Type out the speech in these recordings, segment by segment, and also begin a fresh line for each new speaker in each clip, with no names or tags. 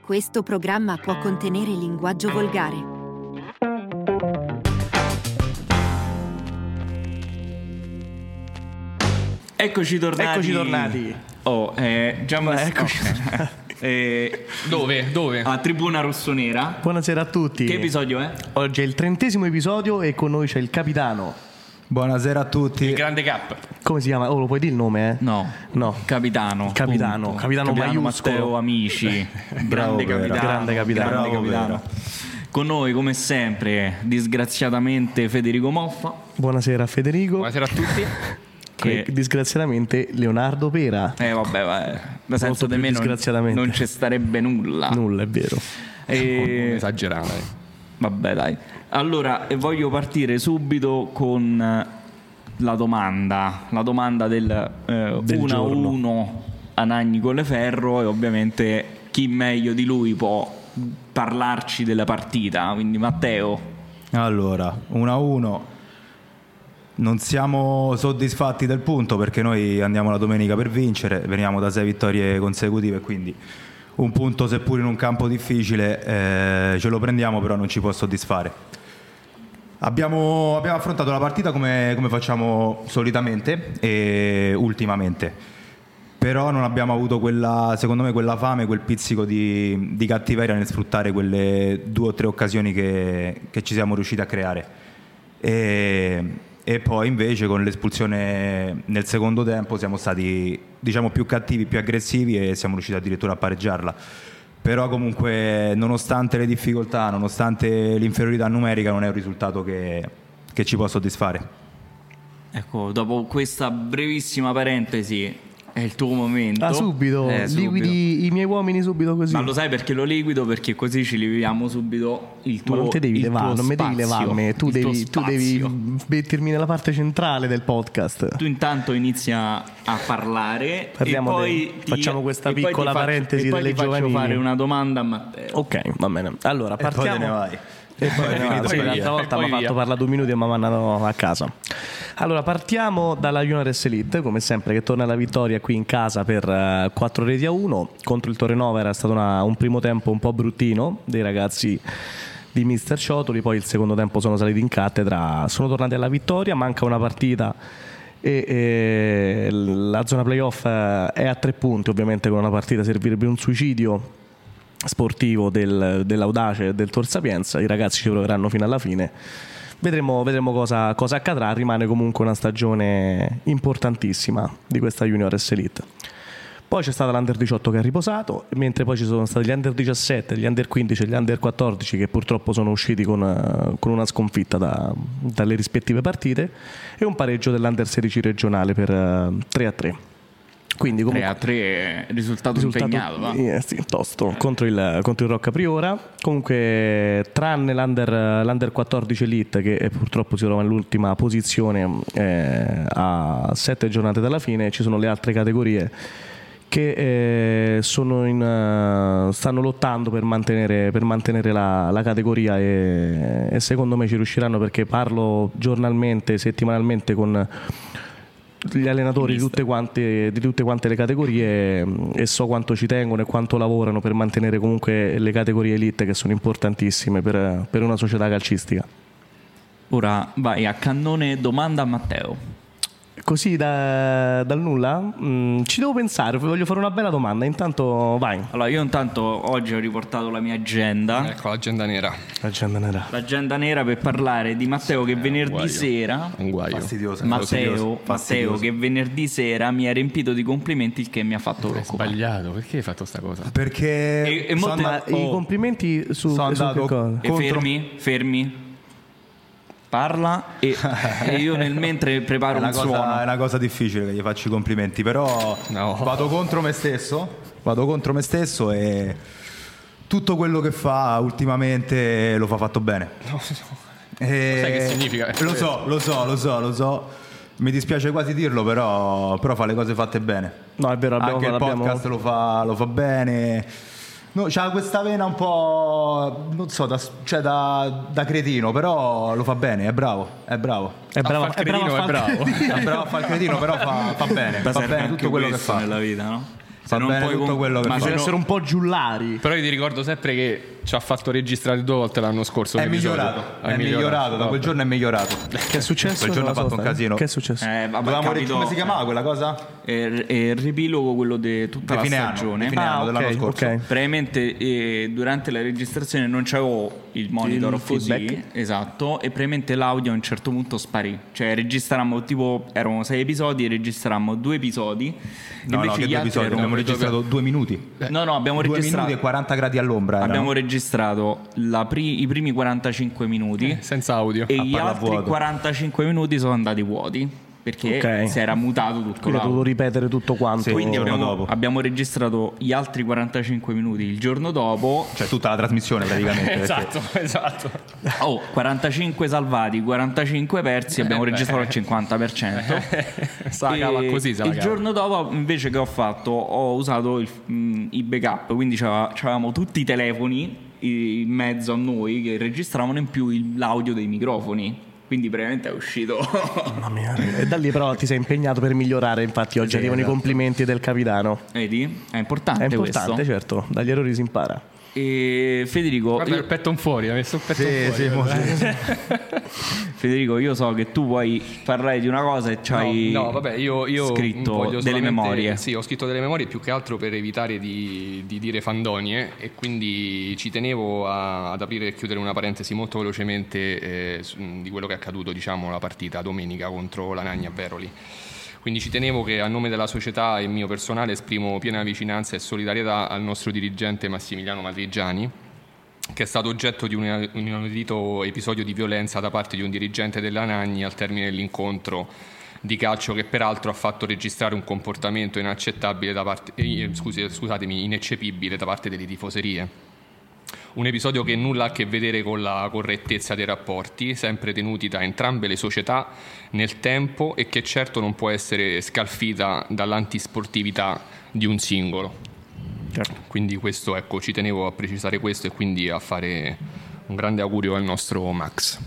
Questo programma può contenere linguaggio volgare.
Eccoci tornati.
Eccoci tornati.
Oh, eh, già ma
eccoci.
eh,
Dove? Dove?
a Tribuna Rossonera.
Buonasera a tutti.
Che episodio è?
Oggi è il trentesimo episodio e con noi c'è il capitano.
Buonasera a
Il
tutti.
grande cap.
Come si chiama? Oh, lo puoi dire il nome? eh?
No.
No.
Capitano.
Capitano,
punto.
capitano maiuscolo.
Matteo Amici.
Bravo,
grande
Vera.
capitano.
Grande capitano.
grande
Bravo,
capitano. Con noi come sempre, disgraziatamente Federico Moffa.
Buonasera Federico.
Buonasera a tutti.
E
Che...
disgraziatamente Leonardo Pera.
Eh vabbè, vabbè. da senza
Molto
di
più
me non,
disgraziatamente.
non ci starebbe nulla.
Nulla, è vero.
E...
Esagerare.
Vabbè, dai. Allora, eh, voglio partire subito con eh, la domanda, la domanda del, eh,
Del
1 a
giorno.
1 Anagni Colleferro e ovviamente chi meglio di lui può parlarci della partita, quindi Matteo.
Allora, 1 a 1. Non siamo soddisfatti del punto perché noi andiamo la domenica per vincere, veniamo da sei vittorie consecutive, quindi un punto seppur in un campo difficile eh, ce lo prendiamo, però non ci può soddisfare. Abbiamo, abbiamo affrontato la partita come, come facciamo solitamente e ultimamente. Però non abbiamo avuto quella, secondo me, quella fame, quel pizzico di, di cattiveria nel sfruttare quelle due o tre occasioni che, che ci siamo riusciti a creare. E, e poi invece con l'espulsione nel secondo tempo siamo stati diciamo più cattivi, più aggressivi e siamo riusciti addirittura a pareggiarla. Però comunque nonostante le difficoltà, nonostante l'inferiorità numerica, non è un risultato che, che ci può soddisfare.
Ecco, dopo questa brevissima parentesi è il tuo momento.
Ah, subito.
Eh, subito.
Liquidi i miei uomini subito così.
Ma lo sai perché lo liquido? Perché così ci leviamo subito il tuo
Ma non te devi
il
levare,
tuo
non mi devi
spazio,
levarmi, tu
il tuo
devi, tu
spazio.
devi mettermi nella parte centrale del podcast.
Tu intanto inizia a parlare
Parliamo
e poi
del- facciamo questa
e poi ti
piccola
faccio-
parentesi
e poi
delle
ti faccio
giovanili.
fare una domanda a Matteo.
Ok, va bene. Allora, partiamo.
Eh, E poi te ne vai.
E poi no,
E poi
sì,
via.
l'altra volta
E
mi
poi
ha fatto
via.
parlare due minuti e mi mandano a casa. Allora, partiamo dalla Juniores Elite, come sempre, che torna alla vittoria qui in casa per 4 reti a 1. Contro il Torrenova era stato una- un primo tempo un po' bruttino dei ragazzi di Mister Ciotoli, poi il secondo tempo sono saliti in cattedra, sono tornati alla vittoria, manca una partita e, e la zona playoff eh, è a tre punti, ovviamente con una partita servirebbe un suicidio sportivo del- dell'Audace e del Tor Sapienza. I ragazzi ci proveranno fino alla fine. Vedremo, vedremo cosa, cosa accadrà. Rimane comunque una stagione importantissima di questa Junior S Elite. Poi c'è stata l'Under 18 che ha riposato, mentre poi ci sono stati gli Under 17, gli Under 15 e gli Under 14 che purtroppo sono usciti con, eh, con una sconfitta da- dalle rispettive partite e un pareggio dell'Under 16 regionale per eh, 3 a 3. Quindi comunque
3 a 3 risultato,
risultato
impegnato, va?
eh, sì, tosto contro il, contro il Rocca Priora. Comunque, tranne l'under, l'Under 14 Elite, che eh, purtroppo si trova nell'ultima posizione eh, a sette giornate dalla fine, ci sono le altre categorie che eh, sono in, eh, stanno lottando per mantenere, per mantenere la, la categoria e, e secondo me ci riusciranno perché parlo giornalmente, settimanalmente con gli allenatori di tutte, quante, di tutte quante le categorie mh, e so quanto ci tengono e quanto lavorano per mantenere comunque le categorie elite che sono importantissime per, per una società calcistica.
Ora vai a cannone domanda a Matteo.
Così da- dal nulla? Mm, ci devo pensare, voglio fare una bella domanda, intanto vai.
Allora io intanto oggi ho riportato la mia agenda,
Ecco l'agenda nera.
Agenda nera.
l'agenda nera per parlare di Matteo che venerdì
guaio.
sera
Un guaio.
Fastidiosa.
Matteo, Matteo
Ah, fastidioso.
che venerdì sera mi ha riempito di complimenti il che mi ha fatto
Hai
preoccupare.
sbagliato, perché hai fatto sta cosa?
Perché
E- e
sono
molte-
andato-
I complimenti su, su
Sono
che
andato-
cosa?
E
Contro-
fermi, fermi. Parla e, e io nel mentre
È
preparo
una,
un
cosa,
suono.
è una cosa difficile che gli faccio i complimenti, però
No.
vado contro me stesso, vado contro me stesso e tutto quello che fa ultimamente lo fa fatto bene. E-
Sai che significa?
Lo so, lo so, lo so, lo so. Mi dispiace quasi dirlo, però, però fa le cose fatte bene.
No, è vero, abbiamo-
Anche il
l'abbiamo-
podcast lo, fa, lo fa bene. No, c'ha questa vena un po', non so, da, cioè da- da cretino, però lo fa bene, è bravo, è bravo.
È bravo,
a far cretino è
a far-
bravo.
È bravo a fare il cretino, però fa, fa bene, fa bene tutto quello che fa.
nella vita, no?
Fa
non
bene
puoi
tutto
con-
quello che
ma
fa.
se
Bisogna
no-
essere un po' giullari.
Però io ti ricordo sempre che ci ha fatto registrare due volte l'anno scorso.
È
l'episodio.
migliorato,
Hai
è migliorato, da
vabbè.
quel giorno è migliorato.
Che è successo?
Quel
Non
giorno ha
lo so
fatto un
fare.
casino.
Che è successo?
Eh, vabbè,
Dovevamo ri-
capito.
come si chiamava quella cosa?
Eh, eh, il riepilogo quello di tutta
Di
la
fine anno,
stagione.
di fine anno
Ah,
dell'anno
ok,
scorso.
ok.
Praticamente eh, durante la registrazione non c'avevo il monitor
Il
così,
feedback.
esatto, e praticamente l'audio a un certo punto sparì. Cioè registrammo tipo, erano sei episodi, registrammo due episodi.
No, no,
invece
che
gli altri
due episodi,
erano-
abbiamo registrato due minuti.
No, no, abbiamo
Eh, Due minuti
registrato,
e 40 gradi all'ombra. erano.
abbiamo registrato la pri- i primi 45 minuti
Senza audio.
e
Eh, a
gli
palla
altri
vuoto.
45 minuti sono andati vuoti perché
Ok.
si era mutato tutto
Quindi ho
l'audio.
dovuto ripetere tutto quanto.
Sì,
Quindi
il giorno
abbiamo,
dopo.
abbiamo registrato gli altri 45 minuti il giorno dopo.
Cioè tutta la trasmissione praticamente. perché-
Esatto, esatto.
Oh, 45 salvati, 45 persi, abbiamo
Eh beh.
registrato il
Eh.
50%.
Se la cava
E
così, se la
il
cava.
giorno dopo invece che ho fatto ho usato il- mh, i backup, quindi c'ava- c'avevamo tutti i telefoni i- in mezzo a noi che registravano in più il- l'audio dei microfoni. Quindi veramente è uscito
Mamma mia. E da lì però ti sei impegnato per migliorare, infatti oggi arrivano
esatto.
i complimenti del capitano.
Vedi? È
È
importante,
importante,
cioè.
questo.
certo, dagli errori si impara.
E Federico,
Guarda
io-
il petton fuori, ha messo il petton
Sì,
fuori.
Eh,
sì, mo- sì, sì.
Federico, io so che tu vuoi parlare di una cosa e c'hai
No, no, vabbè, io, io
scritto
voglio
delle
solamente-
memorie.
Sì, ho scritto delle memorie più che altro per evitare di, di dire fandonie e quindi ci tenevo a- ad aprire e chiudere una parentesi molto velocemente eh, su- di quello che è accaduto, diciamo, la partita domenica contro la Nagna Veroli. Quindi ci tenevo che a nome della società e mio personale esprimo piena vicinanza e solidarietà al nostro dirigente Massimiliano Madrigiani che è stato oggetto di un un inaudito episodio di violenza da parte di un dirigente della Nagni al termine dell'incontro di calcio che peraltro ha fatto registrare un comportamento inaccettabile da parte, eh, scusi- scusatemi, ineccepibile da parte delle tifoserie. Un episodio che nulla ha a che vedere con la correttezza dei rapporti, sempre tenuti da entrambe le società nel tempo e che certo non può essere scalfita dall'antisportività di un singolo. Quindi questo, ecco, ci tenevo a precisare questo e quindi a fare un grande augurio al nostro Max.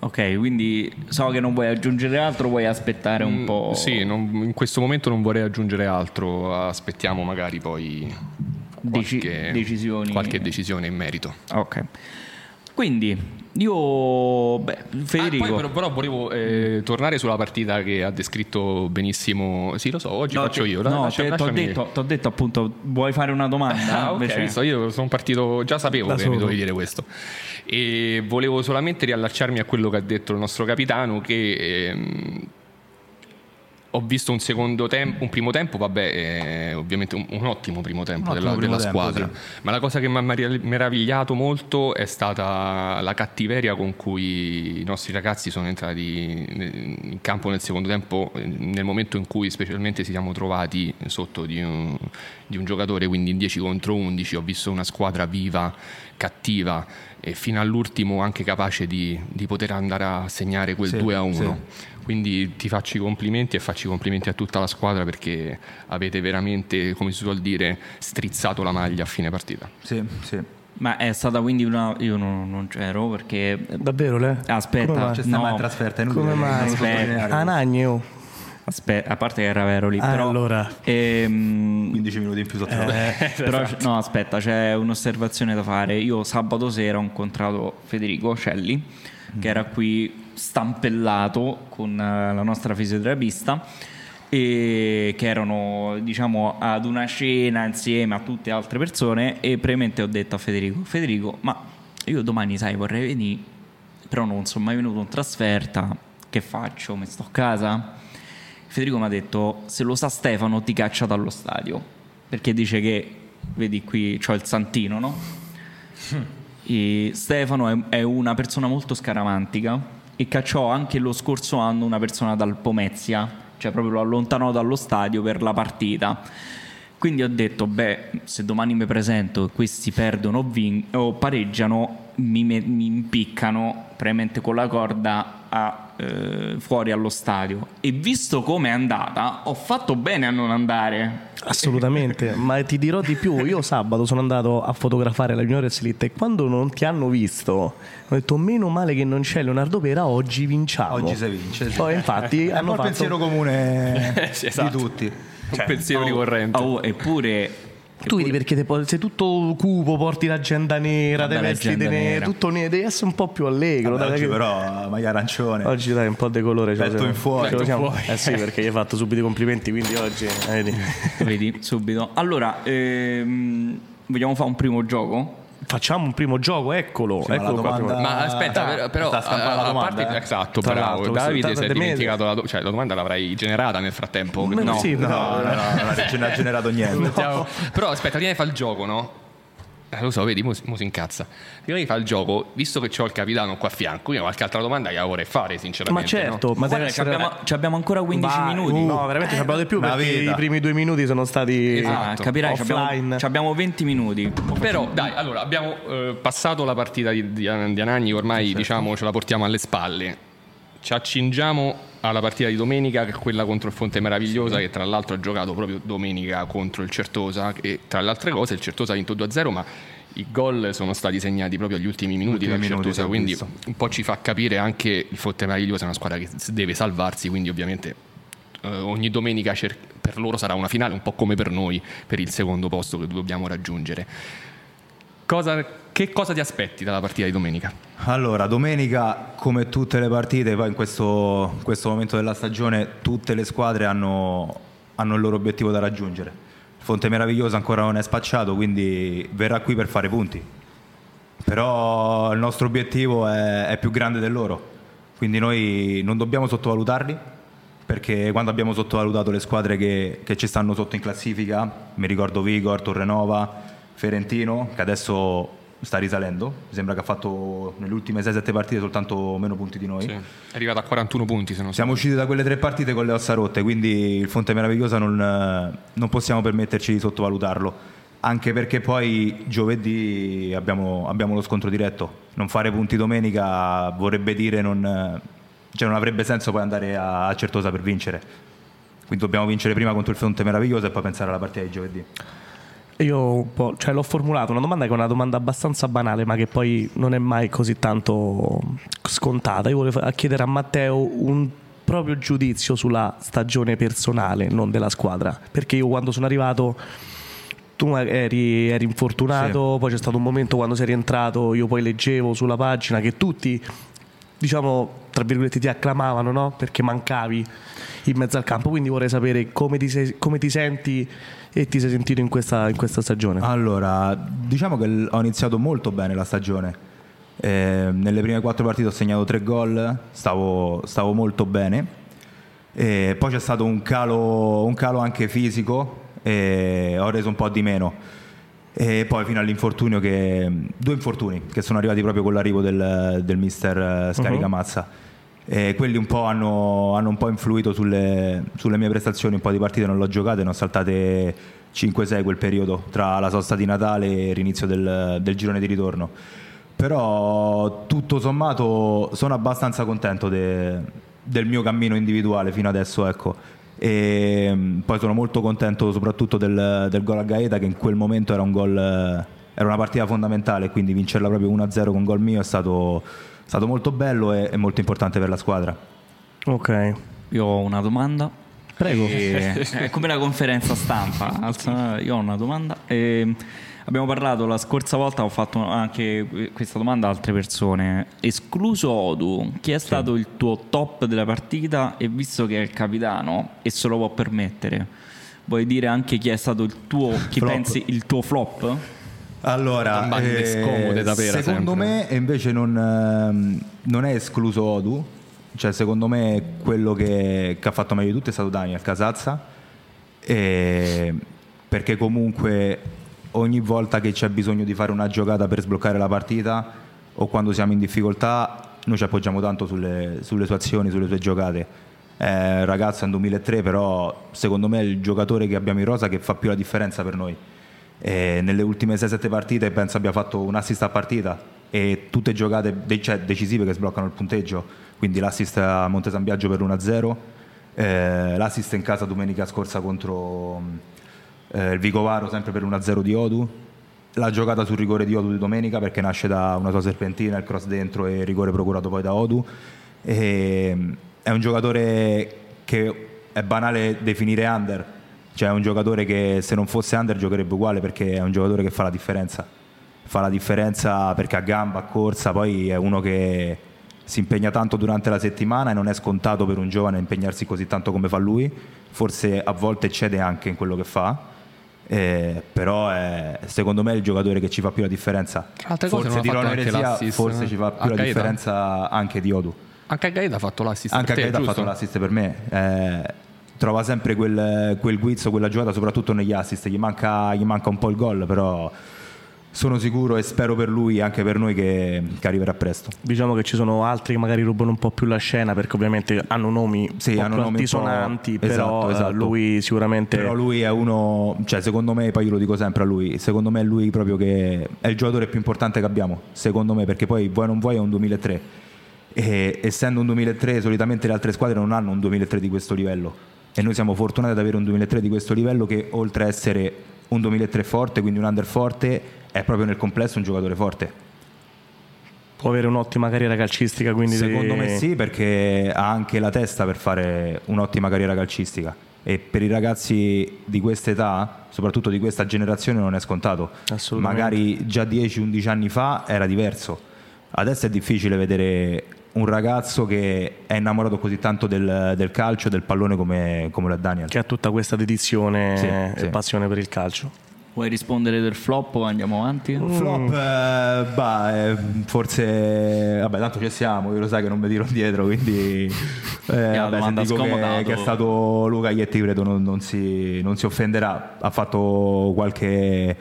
Ok, quindi so che non vuoi aggiungere altro, vuoi aspettare un po'.
Mm, Sì, non- in questo momento non vorrei aggiungere altro, aspettiamo magari poi
Deci-
qualche,
decisioni.
qualche decisione in merito.
Ok. Quindi io beh,
Ah,
Federico
poi però, però volevo eh, tornare sulla partita che ha descritto benissimo. Sì, lo so, oggi
No,
faccio
te-
io.
No,
Lascia-
te- t'ho
lasciami-
detto, t'ho detto appunto, vuoi fare una domanda?
Ah, ok,
Invece-
visto, io sono partito, già sapevo
Da
che
solo.
mi dovevi dire questo. E volevo solamente riallacciarmi a quello che ha detto il nostro capitano che ehm, ho visto un secondo tempo, un primo tempo, vabbè, eh, ovviamente un, un ottimo primo tempo
Un
della,
ottimo primo
della
tempo,
squadra. Ma la cosa che mi ha mari- meravigliato molto è stata la cattiveria con cui i nostri ragazzi sono entrati ne- in campo nel secondo tempo, eh, nel momento in cui specialmente ci siamo trovati sotto di un, di un giocatore, quindi in 10 contro 11, ho visto una squadra viva, cattiva e fino all'ultimo anche capace di, di poter andare a segnare quel
Sì,
2 a 1.
sì.
Quindi ti faccio i complimenti e faccio i complimenti a tutta la squadra perché avete veramente, come si suol dire, strizzato la maglia a fine partita.
Sì, sì.
Ma è stata quindi una. Io non, non c'ero perché.
Davvero, Le?
Ah,
Aspetta.
Come mai?
C'è sta
No.
mai in trasferta, è inutile.
Come mai?
sottolineare.
Anagne, oh.
Aspetta, a parte che era vero lì,
Ah,
però.
allora.
Ehm,
15 minuti in più sotto la-
Però, no, aspetta, c'è un'osservazione da fare. Io sabato sera ho incontrato Federico Celli, che era qui stampellato con eh, la nostra fisioterapista, e che erano diciamo ad una cena insieme a tutte altre persone. E premente ho detto a Federico: Federico, ma io domani, sai, vorrei venire, però non sono mai venuto in trasferta. Che faccio? Mi sto a casa? Federico mi ha detto: Se lo sa Stefano, ti caccia dallo stadio. Perché dice che, vedi qui, c'ho il santino, no? E Stefano è, è una persona molto scaramantica e cacciò anche lo scorso anno una persona dal Pomezia, cioè proprio lo allontanò dallo stadio per la partita. Quindi ho detto, beh, se domani mi presento e questi perdono o, vin- o pareggiano, mi, me- mi impiccano probabilmente con la corda a, eh, fuori allo stadio. E visto come è andata, ho fatto bene a non andare.
Assolutamente, ma ti dirò di più. Io sabato sono andato a fotografare la Junior Elite e quando non ti hanno visto, ho detto meno male che non c'è Leonardo Pera, oggi vinciamo.
Oggi si vince. sì.
Poi infatti
È un
hanno
po' il
fatto
pensiero comune
Sì, esatto.
di tutti.
un pensiero ricorrente.
Oh, eppure...
Tu vedi perché te po- sei tutto cupo, porti l'agenda nera,
Vabbè,
te vesti
l'agenda
de-
nera.
tutto nero, devi essere un po' più allegro.
Vabbè,
dai,
oggi
che-
però maglia arancione.
Eh. oggi dai un po' di colore. ce lo
Petto
siamo-
in fuori.
ce lo
Petto
siamo- Eh sì, perché gli hai fatto subito i complimenti, quindi oggi... eh, vedi.
Vedi, subito. Allora, ehm, vogliamo fare un primo gioco?
Facciamo un primo gioco, eccolo.
Sì, ma la
eccolo qua,
domanda-
primo-
Ma
Ah,
aspetta, però- però
sta scappando la
a- a
domanda,
parte
eh.
esatto,
Tra
bravo.
l'altro,
Davide
questo
si
è
è
tanto de-
dimenticato la, do- cioè, la domanda l'avrai generata nel frattempo.
Ma sì,
No,
però-
no, no, non ha non ha generato niente.
Mettiamo- Però aspetta, prima di fare il gioco, no? Eh, lo so, vedi, mo, si- mo si incazza. Prima di fare il gioco, visto che ho il capitano qua a fianco, io qualche altra domanda che la vorrei fare, sinceramente.
Ma
no?
certo, ma
Guarda,
deve
ci
essere-
abbiamo, ci abbiamo ancora 15
Vai,
minuti.
uh, no, veramente ci abbiamo di più
una
perché
vita.
i primi due minuti sono stati...
Ah,
Esatto.
capirai, ci abbiamo,
Offline.
ci abbiamo 20 minuti.
Però dai, allora abbiamo eh, passato la partita di, di, di Anagni, ormai
certo.
diciamo ce la portiamo alle spalle. Ci accingiamo alla partita di domenica, che è quella contro il Fonte Meravigliosa, che tra l'altro ha giocato proprio domenica contro il Certosa. E tra le altre cose, il Certosa ha vinto 2-0, ma i gol sono stati segnati proprio agli ultimi minuti
Ultimi
dal
minuti,
Certosa.
sì, ho
Quindi
visto.
un po' ci fa capire anche il Fonte Meravigliosa è una squadra che s- deve salvarsi, quindi ovviamente. eh, ogni domenica cer- per loro sarà una finale, un po' come per noi, per il secondo posto che dobbiamo raggiungere. Cosa- che cosa ti aspetti dalla partita di domenica?
Allora, domenica, come tutte le partite, poi in questo, in questo momento della stagione, tutte le squadre hanno, hanno il loro obiettivo da raggiungere. Fonte Meravigliosa ancora non è spacciato, quindi verrà qui per fare punti. Però il nostro obiettivo è, è più grande del loro, quindi noi non dobbiamo sottovalutarli, perché quando abbiamo sottovalutato le squadre che, che ci stanno sotto in classifica, mi ricordo Vigor, Torrenova, Ferentino, che adesso sta risalendo, mi sembra che ha fatto nelle ultime 6-7 partite soltanto meno punti di noi.
È arrivato a 41 punti, se non
Siamo usciti da quelle tre partite con le ossa rotte, quindi il Fonte Meravigliosa non, eh, non possiamo permetterci di sottovalutarlo. Anche perché poi giovedì abbiamo, abbiamo lo scontro diretto. Non fare punti domenica vorrebbe dire non, eh, cioè non avrebbe senso poi andare a, a Certosa per vincere. Quindi dobbiamo vincere prima contro il Fonte Meravigliosa e poi pensare alla partita di giovedì.
Io un po', cioè l'ho formulata una domanda che è una domanda abbastanza banale, ma che poi non è mai così tanto scontata. Io volevo fa- chiedere a Matteo un proprio giudizio sulla stagione personale, non della squadra. Perché io quando sono arrivato. Tu eri, eri infortunato, poi c'è stato un momento quando sei rientrato, io poi leggevo sulla pagina che tutti, diciamo, tra virgolette ti acclamavano, no? Perché mancavi in mezzo al campo, quindi vorrei sapere come ti, sei- come ti senti e ti sei sentito in questa, in questa stagione.
Allora, diciamo che l- ho iniziato molto bene la stagione. Eh, nelle prime quattro partite ho segnato tre gol, stavo, stavo molto bene. E poi c'è stato un calo, un calo anche fisico e ho reso un po' di meno. E poi fino all'infortunio che... Due infortuni che sono arrivati proprio con l'arrivo del, del mister eh, Scaricamazza. E quelli un po' hanno, hanno un po' influito sulle, sulle mie prestazioni, un po' di partite non l'ho giocate, ne ho saltate 5-6 quel periodo, tra la sosta di Natale e l'inizio del, del girone di ritorno. Però tutto sommato sono abbastanza contento de- del mio cammino individuale fino adesso, ecco. E mh, poi sono molto contento soprattutto del, del gol a Gaeta che in quel momento era un gol eh, era una partita fondamentale, quindi vincerla proprio 1-0 con gol mio è stato, stato molto bello e, e molto importante per la squadra.
Ok.
Io ho una domanda.
Prego.
E- è come la conferenza stampa. Alza- Io ho una domanda. Ehm, abbiamo parlato la scorsa volta, ho fatto anche que- questa domanda a altre persone. Escluso Odu, chi è stato il tuo top della partita? E visto che è il capitano e se lo può permettere, vuoi dire anche chi è stato il tuo, chi
Flop.
pensi il tuo flop?
Allora, eh,
Domande scomode da vera
secondo
sempre.
me invece non, ehm, non è escluso Odu, cioè secondo me quello che, che ha fatto meglio di tutto è stato Daniel Casazza, e- perché comunque ogni volta che c'è bisogno di fare una giocata per sbloccare la partita o quando siamo in difficoltà noi ci appoggiamo tanto sulle, sulle sue azioni, sulle sue giocate. È un ragazzo è un 2003 però secondo me è il giocatore che abbiamo in rosa che fa più la differenza per noi. E nelle ultime 6-7 partite penso abbia fatto un assist a partita e tutte giocate de- cioè, decisive che sbloccano il punteggio, quindi l'assist a Monte San Biagio per 1-0, eh, l'assist in casa domenica scorsa contro mh, eh, il Vicovaro sempre per 1-0 di Odu, la giocata sul rigore di Odu di domenica perché nasce da una sua serpentina, il cross dentro e il rigore procurato poi da Odu. Ehm, E, mh, è un giocatore che è banale definire under, Cioè è un giocatore che se non fosse under giocherebbe uguale perché è un giocatore che fa la differenza. Fa la differenza perché ha gamba, a corsa, poi è uno che si impegna tanto durante la settimana e non è scontato per un giovane impegnarsi così tanto come fa lui, forse a volte cede anche in quello che fa. eh, però è, secondo me è il giocatore che ci fa più la differenza
Tra altre cose
forse
non ha
dirò
fatto anche
un'eresia,
l'assist,
forse
eh?
ci fa più
A
la
Gaeta?
differenza anche di Odu
Anche a Gaeta ha fatto l'assist.
anche
per
a
te,
Gaeta ha
giusto?
fatto l'assist per me eh, trova sempre quel, quel guizzo quella giocata soprattutto negli assist gli manca, gli manca un po' il gol però sono sicuro e spero per lui e anche per noi che, che arriverà presto
Diciamo che ci sono altri che magari rubano un po' più la scena perché ovviamente hanno nomi
Sì,
un po'
hanno
più
nomi un po'-
altisonanti, però
Esatto,
eh,
esatto.
lui sicuramente
Però lui è uno, cioè secondo me, poi io lo dico sempre a lui, secondo me è lui proprio che è il giocatore più importante che abbiamo, secondo me, perché poi vuoi non vuoi è un 2003 e essendo un 2003 solitamente le altre squadre non hanno un 2003 di questo livello e noi siamo fortunati ad avere un 2003 di questo livello che oltre a essere un 2003 forte, quindi un under forte, è proprio nel complesso un giocatore forte.
può avere un'ottima carriera calcistica. Quindi
Secondo me sì, perché ha anche la testa per fare un'ottima carriera calcistica. E per i ragazzi di questa età, soprattutto di questa generazione, non è scontato.
Assolutamente.
Magari già 10-11 anni fa era diverso. Adesso è difficile vedere un ragazzo che è innamorato così tanto del, del calcio, del pallone come, come la Daniel.
Che ha tutta questa dedizione
Sì,
e
sì.
passione per il calcio.
Vuoi rispondere del flop o andiamo avanti?
Flop, eh, bah, eh, forse, vabbè, tanto ci siamo, io lo sai che non mi tiro indietro, quindi eh,
la
vabbè, se
domanda
dico
scomoda,
che, che è
dove-
stato Luca Ietti, credo non, non si, non si offenderà, ha fatto qualche,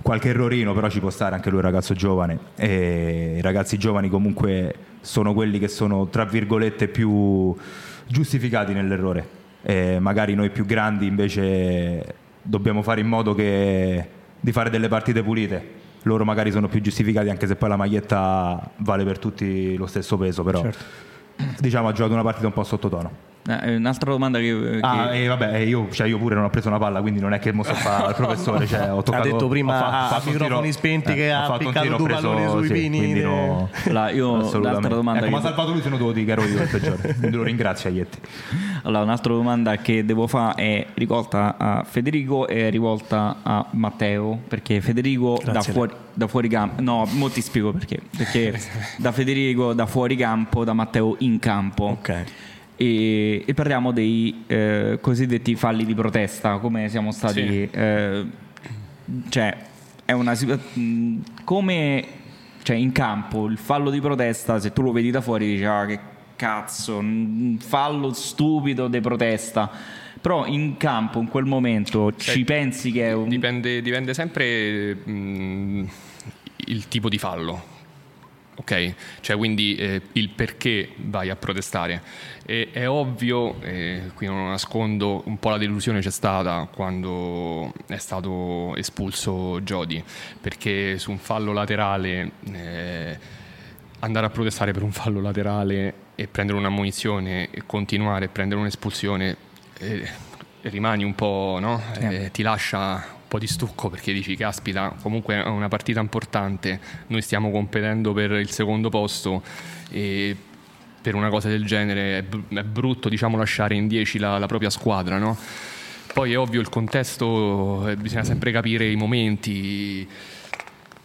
qualche errorino, però ci può stare anche lui, è un ragazzo giovane, e i ragazzi giovani comunque sono quelli che sono, tra virgolette, più giustificati nell'errore. E magari noi più grandi invece dobbiamo fare in modo che- di fare delle partite pulite. Loro magari sono più giustificati anche se poi la maglietta vale per tutti lo stesso peso, però diciamo ha giocato una partita un po' sottotono.
Eh, un'altra domanda che... che-
Ah, e vabbè, io, cioè, io pure non ho preso una palla, quindi non è che mo sto fa al professore. Cioè, ho toccato,
ha detto prima
ho fa-
a-
ho
a
fatto un tiro-
microfoni spenti che
eh, ho
ha
fatto un
piccato
tiro, ho
due
preso-
palloni sui
sì,
pini.
quindi no.
Allora, io
Assolutamente.
l'altra domanda
Ecco,
che-
ma ha salvato lui se no devo dire che ero io il peggiore. Quindi lo ringrazio Aietti.
Allora, un'altra domanda che devo fare è rivolta a Federico e rivolta a Matteo, perché Federico da
Grazie.
fuori, da fuori campo, no, mo ti spiego perché, perché da Federico da fuori campo, da Matteo in campo.
Ok.
E, e parliamo dei eh, cosiddetti falli di protesta, come siamo stati...
Sì.
eh, cioè, è una situazione... Come cioè, in campo il fallo di protesta, se tu lo vedi da fuori, dici ah, che cazzo, un fallo stupido di protesta. Però in campo, in quel momento, ci pensi che è un...
Dipende, dipende sempre mh, il tipo di fallo. Ok, cioè quindi eh, il perché vai a protestare. E- è ovvio, eh, qui non nascondo, un po' la delusione c'è stata quando è stato espulso Jody, perché su un fallo laterale eh, andare a protestare per un fallo laterale e prendere un'ammonizione e continuare a prendere un'espulsione eh, rimani un po', no? Eh, ti lascia un po' di stucco perché dici caspita, comunque è una partita importante, noi stiamo competendo per il secondo posto e per una cosa del genere è, br- è brutto diciamo lasciare in 10 la, la propria squadra, no? Poi è ovvio il contesto, eh, bisogna sempre capire i momenti,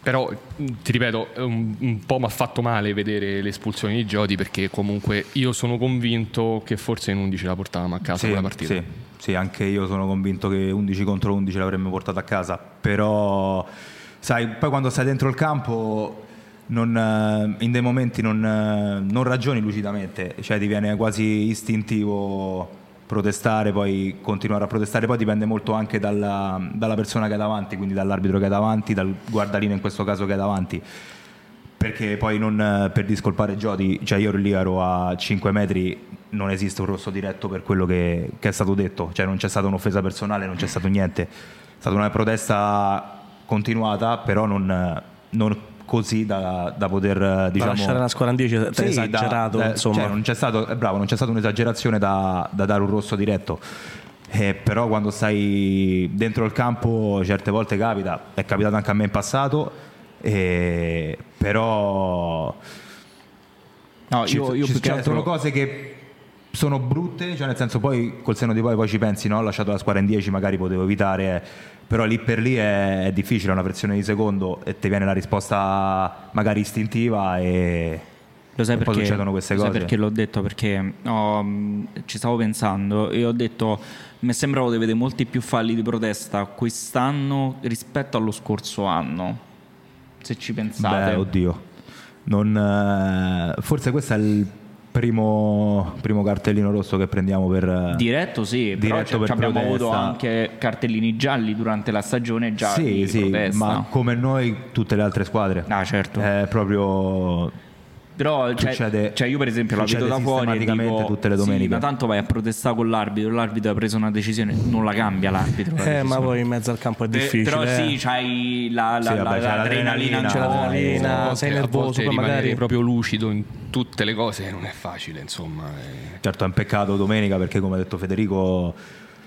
però mh, ti ripeto, un, un po' mi ha fatto male vedere l'espulsione di Jody perché comunque io sono convinto che forse in 11 la portavamo a casa quella partita.
Sì, sì, anche io sono convinto che 11 contro 11 l'avremmo portata a casa, però sai, poi quando stai dentro il campo non, eh, in dei momenti non, eh, non ragioni lucidamente, cioè diviene quasi istintivo protestare, poi continuare a protestare, poi dipende molto anche dalla, dalla persona che è davanti, quindi dall'arbitro che è davanti, dal guardalino in questo caso che è davanti. Perché poi non eh, per discolpare Jody, cioè io ero lì ero a 5 metri, non esiste un rosso diretto per quello che, che è stato detto, cioè non c'è stata un'offesa personale, non c'è stato niente. È stata una protesta continuata, però non, eh, non così da, da poter eh, diciamo,
lasciare la squadra in 10 è
da-
esagerato,
da-
insomma.
cioè, non c'è stato, eh, bravo, non c'è stata un'esagerazione da, da dare un rosso diretto. Eh, però quando stai dentro il campo certe volte capita, è capitato anche a me in passato, eh, però
No,
ci,
io, io
ci-
più che
cioè,
altro-
sono cose che sono brutte, cioè nel senso poi col seno di poi, poi ci pensi, no? ho lasciato la squadra in 10, magari potevo evitare, eh. però lì per lì è, è difficile, è una versione di secondo e ti viene la risposta magari istintiva e,
Lo sai
e
perché,
poi succedono queste
lo sai
cose.
perché l'ho detto? Perché ho, mh, ci stavo pensando e ho detto: mi sembrava di vedere molti più falli di protesta quest'anno rispetto allo scorso anno. Se ci pensate,
Beh, oddio. Non, eh, forse questo è il primo, primo cartellino rosso che prendiamo per... eh,
diretto sì, però
Diretto
ci-
per
ci abbiamo avuto
protesta.
anche cartellini gialli durante la stagione. Già
sì,
di
sì,
protesta.
ma come noi tutte le altre squadre.
Ah, certo.
È proprio...
Però cioè,
Succede-
cioè, io per esempio la vedo
succede
da fuori e
sistematicamente
dico,
tutte le
"Sì,
domeniche."
ma tanto vai a protestare con l'arbitro, l'arbitro ha preso una decisione, non la cambia l'arbitro. la
Eh, ma
decisione.
poi in mezzo al campo è
Beh,
difficile.
Però
eh.
sì, c'hai la, la,
Sì, vabbè,
la-
c'è
l'adrenalina,
l'adrenalina,
in
c'è
gioco.
l'adrenalina. Ah,
eh, A volte-
sei
a
nervoso,
volte
poi
rimanere
magari-
proprio lucido in tutte le cose non è facile, insomma. eh.
Certo, è un peccato domenica perché, come ha detto Federico,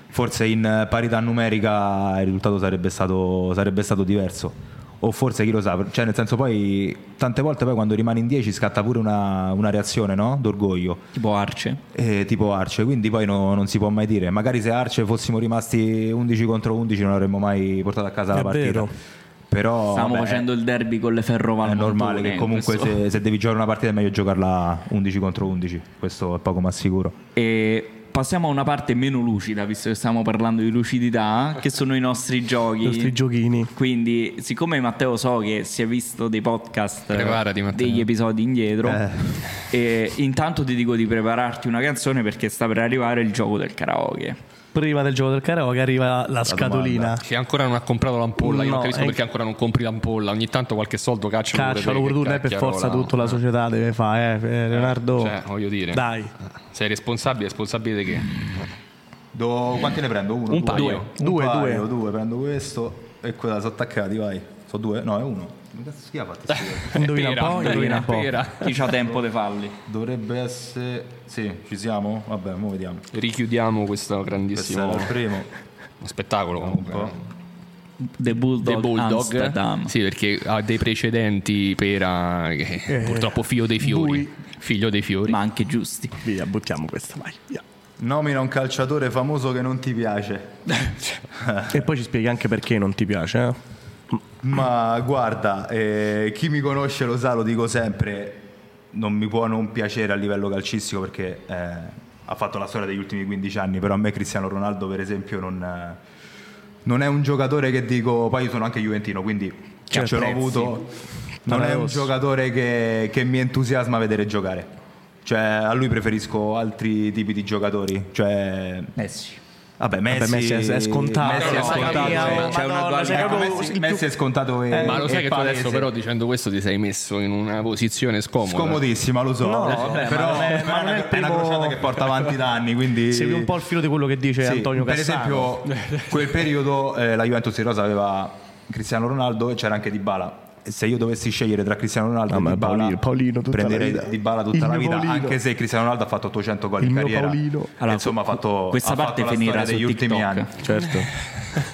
forse in eh, parità numerica il risultato sarebbe stato, sarebbe stato diverso. O forse chi lo sa, cioè nel senso poi tante volte poi quando rimani in 10 scatta pure una, una reazione no? d'orgoglio,
Tipo Arce.
eh, tipo Arce, quindi poi no- non si può mai dire. Magari se Arce fossimo rimasti 11 contro 11 non avremmo mai portato a casa
È
la partita.
vero.
Però
Stiamo
Oh, vabbè,
facendo il derby con le
è
ferrovalli.
normale che comunque
questo.
se, se devi giocare una partita è meglio giocarla 11 contro 11, questo è poco ma sicuro.
E passiamo a una parte meno lucida, visto che stiamo parlando di lucidità, che sono i nostri giochi.
I nostri giochini.
Quindi, siccome Matteo so che si è visto dei podcast eh,
Preparati, Matteo.
degli episodi indietro,
Eh.
e intanto ti dico di prepararti una canzone perché sta per arrivare il gioco del karaoke.
Prima del gioco del karaoke arriva la, scatolina.
domanda.
Che ancora non ha comprato l'ampolla, io
No,
non capisco
è-
perché ancora non compri l'ampolla. Ogni tanto qualche soldo caccia
Caccialo pure tu, non è per forza tutto la società deve fare, eh, eh, Leonardo.
Cioè, voglio dire.
Dai.
Sei responsabile, responsabile di che?
Do, quanti ne prendo? Uno,
Un
due?
paio.
Un
Due,
paio,
due.
due. Prendo questo e quella sono attaccati, vai. Sono due? No, è uno. Ma Cazzo, chi ha fatto sti gol?
Indovina
Pera,
un po', indovina un po'.
pera.
Chi ha tempo dei falli?
Dovrebbe essere... Sì, ci siamo? Vabbè, mo vediamo.
Richiudiamo questo
Questo
grandissimo
era il primo.
spettacolo.
Un
comunque,
po'.
no?
The Bulldog,
The Bulldog.
Amsterdam.
Sì, perché ha dei precedenti pera che è purtroppo figlio dei fiori.
lui-
Figlio dei fiori.
Ma anche giusti.
Via, buttiamo questa, vai. via.
Nomina un calciatore famoso che non ti piace.
E poi ci spieghi anche perché non ti piace, eh?
Ma guarda, eh, chi mi conosce lo sa, lo dico sempre, non mi può non piacere a livello calcistico perché eh, ha fatto la storia degli ultimi 15 anni, però a me Cristiano Ronaldo per esempio non, eh, non è un giocatore che dico, poi io sono anche Juventino, quindi
Cioè,
ce l'ho
apprezzi.
avuto, non è un
Rosso.
giocatore che, che mi entusiasma vedere giocare. Cioè, a lui preferisco altri tipi di giocatori. Cioè,
Messi.
vabbè, Messi,
Messi è- è scontato.
Messi è
Mamma mia,
scontato. eh.
Madonna,
C'è una
sei
dualità.
cioè, proprio
Messi-
il Eh,
Messi Eh, è scontato e,
Ma lo sai
e
che tu
palese.
adesso, però, dicendo questo, ti sei messo in una posizione scomoda.
Scomodissima, lo so. Eh,
No, vabbè,
però
ma non è-
però
ma non è
una-
il
una
primo-
crociata che porta avanti da anni. Quindi...
Segui un po' il filo di quello che dice
Eh, Sì,
Antonio
Per
Cassano.
esempio, quel periodo eh, la Juventus di Rosa aveva Cristiano Ronaldo e c'era anche Dybala. E Se io dovessi scegliere tra Cristiano Ronaldo
Ah,
e
ma
Dybala,
Paolino- Paolino tutta la
prenderei
vita.
Dybala tutta
Il
la
mio
vita,
Paolino.
anche se Cristiano Ronaldo ha fatto 800 gol
Il
in
mio
carriera.
Paolino.
Allora,
Insomma, ha fatto
questa
ha fatto
parte
la
finirà
storia
su
degli ultimi
TikTok.
anni.
Certo.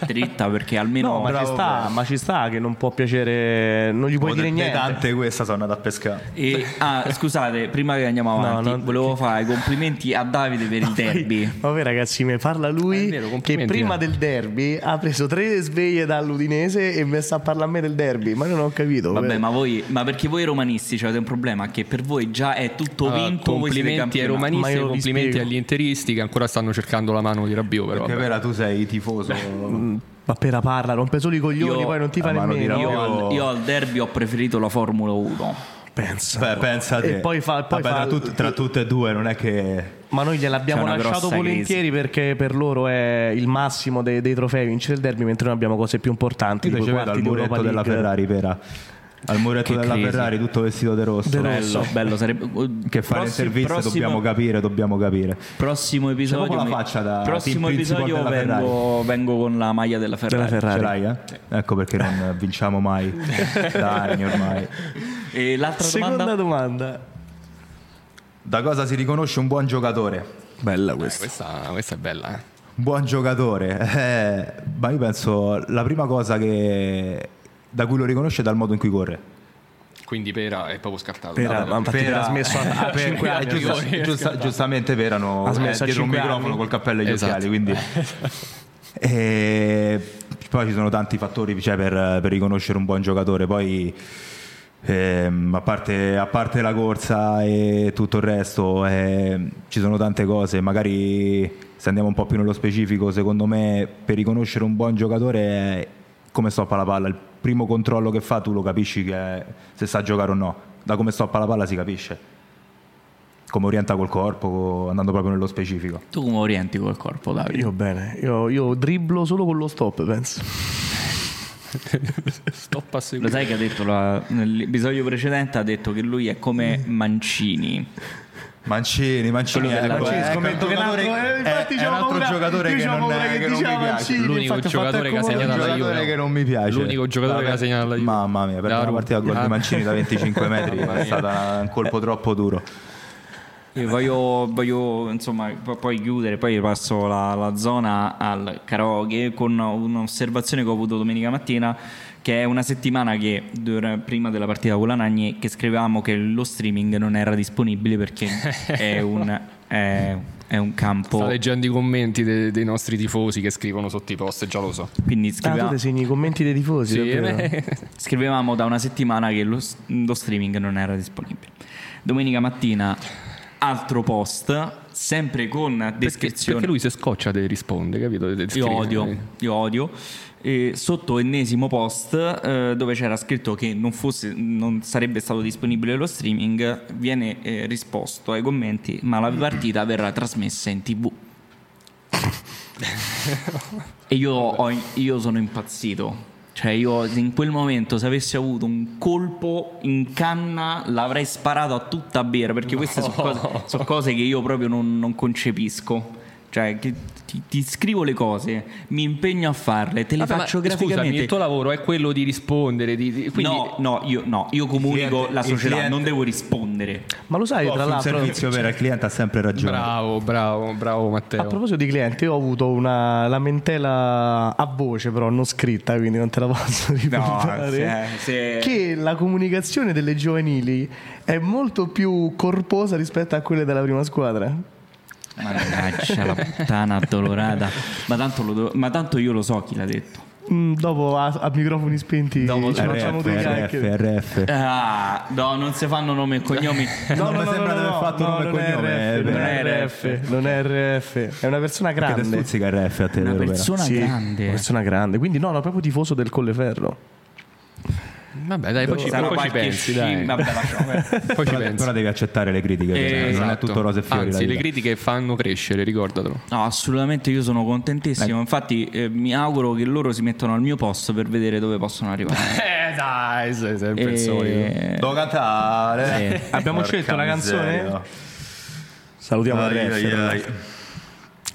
Dritta perché almeno...
No, ma ci
bravo,
sta,
bravo.
ma ci sta che non può piacere, non gli puoi
Ne-
dire
ne
niente.
tante questa sono andata a pescare.
E- ah, scusate, prima che andiamo avanti,
no,
volevo fare i complimenti a Davide per il derby.
Vabbè ragazzi, mi parla lui
È vero,
che
complimenti,
prima
eh.
del derby ha preso tre sveglie dall'Udinese e mi sta a parlare a me del derby, ma io non ho capito.
Vabbè, ma, voi, ma perché voi romanisti cioè, avete un problema? Che per voi già è tutto
Ah,
vinto. voi siete
complimenti ai
campionati.
Ma io
romanisti,
vi
complimenti
spiego.
agli interisti che ancora stanno cercando la mano di Rabiot. Però,
Perché
vabbè.
vera tu sei tifoso.
Ma appena parla, rompe solo i coglioni,
Io-
poi non ti fa
Ah, ma non
nemmeno.
dirà-
Io, al- io al derby ho preferito la Formula 1.
Pensa.
Beh, pensa te.
mm, E poi fa- poi
Vabbè,
fa-
tra, tut- tra tutte e due non è che
Ma noi gliel'abbiamo
C'è una
lasciato
grossa
volentieri perché per loro è il massimo dei, dei trofei vincere il derby, mentre noi abbiamo cose più importanti.
Io
tipo
ci
i
vedo
quarti
al
di
muretto
Europa
della
League.
Ferrari, Pera. Al muretto
Che
della
crisi.
Ferrari, tutto vestito di rosso.
De rosso.
Bello, bello. Sarebbe...
Che fare
Prossimo-
interviste
prossimo-
dobbiamo capire, dobbiamo capire.
Prossimo episodio.
proprio la
mi-
faccia da
prossimo
team principal
episodio
della Ferrari.
vengo, vengo con la maglia della Ferrari.
Della Ferrari.
Ce l'hai, eh? Ecco perché non vinciamo mai da anni ormai.
E l'altra
Seconda
domanda?
domanda.
Da cosa si riconosce un buon giocatore?
Bella
Eh, questa, questa è bella, eh.
Buon giocatore, eh, ma io penso la prima cosa che da cui lo riconosce è dal modo in cui corre.
Quindi Pera è proprio scartato.
Pera,
Eh,
Davvero.
ma infatti Pera ha smesso a, a
Pera-
5
eh,
anni.
giusta- giusta- giustamente Verano
Ha
ha
smesso a
dietro un
cinque anni.
microfono col cappello e gli
Esatto.
occhiali quindi E poi ci sono tanti fattori cioè, per, per riconoscere un buon giocatore poi ehm, a, parte, a parte la corsa e tutto il resto ehm, ci sono tante cose magari se andiamo un po' più nello specifico secondo me per riconoscere un buon giocatore è come stoppa la palla il primo controllo che fa tu lo capisci che è- se sa giocare o no da come stoppa la palla si capisce come orienta col corpo, co- andando proprio nello specifico.
Tu come orienti col corpo,
Ah,
Davide?
Io bene, io, io dribblo solo con lo stop, penso.
Stop a
Lo
seguire.
sai che ha detto la- nell'episodio precedente ha detto che lui è come Mancini.
Mancini, Mancini,
Quello
ecco,
della-
ecco,
scommetto
è un
che
giocatore-
l'altro- eh,
è-
infatti
è
c'ho
un altro
paura-
giocatore
io
che
c'ho
non,
paura che
che non mi
diceva
piace.
Mancini.
L'unico
infatti ho fatto ecco
giocatore
il
che ha
comodo.
Un
segnato alla Juve.
giocatore che non mi piace.
L'unico giocatore che ha segnato alla Juve.
Mamma mia, per
Da
una
Ru-
partita con gol di
Ah.
Mancini da 25 metri
Mamma
è
mia.
stato un colpo troppo duro.
Io voglio, voglio, insomma, po- poi chiudere, poi passo la, la zona al karaoke con un'osservazione che ho avuto domenica mattina, che è una settimana che, dur- prima della partita con la Nagni, che scrivevamo che lo streaming non era disponibile perché è un, è- è un
Sta
campo...
leggendo i commenti de- dei nostri tifosi che scrivono sotto i post, già lo so.
Quindi
Ah, tu
scriveva-
ti segni i commenti dei tifosi,
Sì,
davvero?
scrivevamo da una settimana che lo, lo streaming non era disponibile. Domenica mattina, altro post, sempre con descrizione.
Perché lui se scoccia deve rispondere, capito? Deve
Io
scrivere.
odio, io odio. Eh, sotto ennesimo post eh, dove c'era scritto che non, fosse- non sarebbe stato disponibile lo streaming, viene eh, risposto ai commenti, ma la partita verrà trasmessa in tv. e io, ho- io sono impazzito. Cioè, io in quel momento, se avessi avuto un colpo in canna, l'avrei sparato a tutta birra. Perché queste sono cose, sono cose che io proprio non, non concepisco. Cioè, che ti, ti scrivo le cose, mi impegno a farle, te le
Vabbè, ma
faccio
Scusami,
graficamente.
il tuo lavoro è quello di rispondere, di, di- quindi
no, no, io, no, io comunico
cliente-
la
il
società,
cliente-
non devo rispondere.
Ma lo sai,
Offre
tra
un
l'altro,
servizio per il cliente ha sempre ragione.
Bravo, bravo, bravo Matteo.
a proposito di clienti, io ho avuto una lamentela a voce, però non scritta, quindi non te la posso ricordare.
se-
eh,
se-
Che la comunicazione delle giovanili è molto più corposa rispetto a quelle della prima squadra.
Mannaggia la puttana addolorata. Ma tanto, lo do- ma tanto io lo so chi l'ha detto.
Mm, dopo a, a microfoni spenti
Dopo
ci facciamo due
RF,
chiacchiere.
RF.
Ah, no, non si fanno nome e cognomi.
Non mi sembra di aver fatto nome e
non è
cognome,
RF,
eh,
non
beh.
è RF, non è RF, è una persona
Che te
grande.
stuzzica RF a te,
Una
vero, Vera?
persona
Sì,
grande.
Una persona grande, quindi no, no, proprio tifoso del Colleferro.
Vabbè, dai, poi ci,
Sarà
poi ci
qualche
pensi,
scimmia-
dai.
Vabbè, lasciamo perdere.
Poi ci
Però,
pensi.
però devi accettare le critiche,
Eh,
cioè, non è
Esatto.
tutto rose e fiori. la
Anzi, le
vita.
critiche fanno crescere, ricordatelo.
No, assolutamente io sono contentissimo. Infatti, eh, mi auguro che loro si mettano al mio posto per vedere dove possono arrivare. Eh,
Eh, dai, sei sempre
E-
Devo cantare.
Abbiamo
Porca
scelto la canzone?
miseria.
Salutiamo
Ai,
RF.
ai, ai.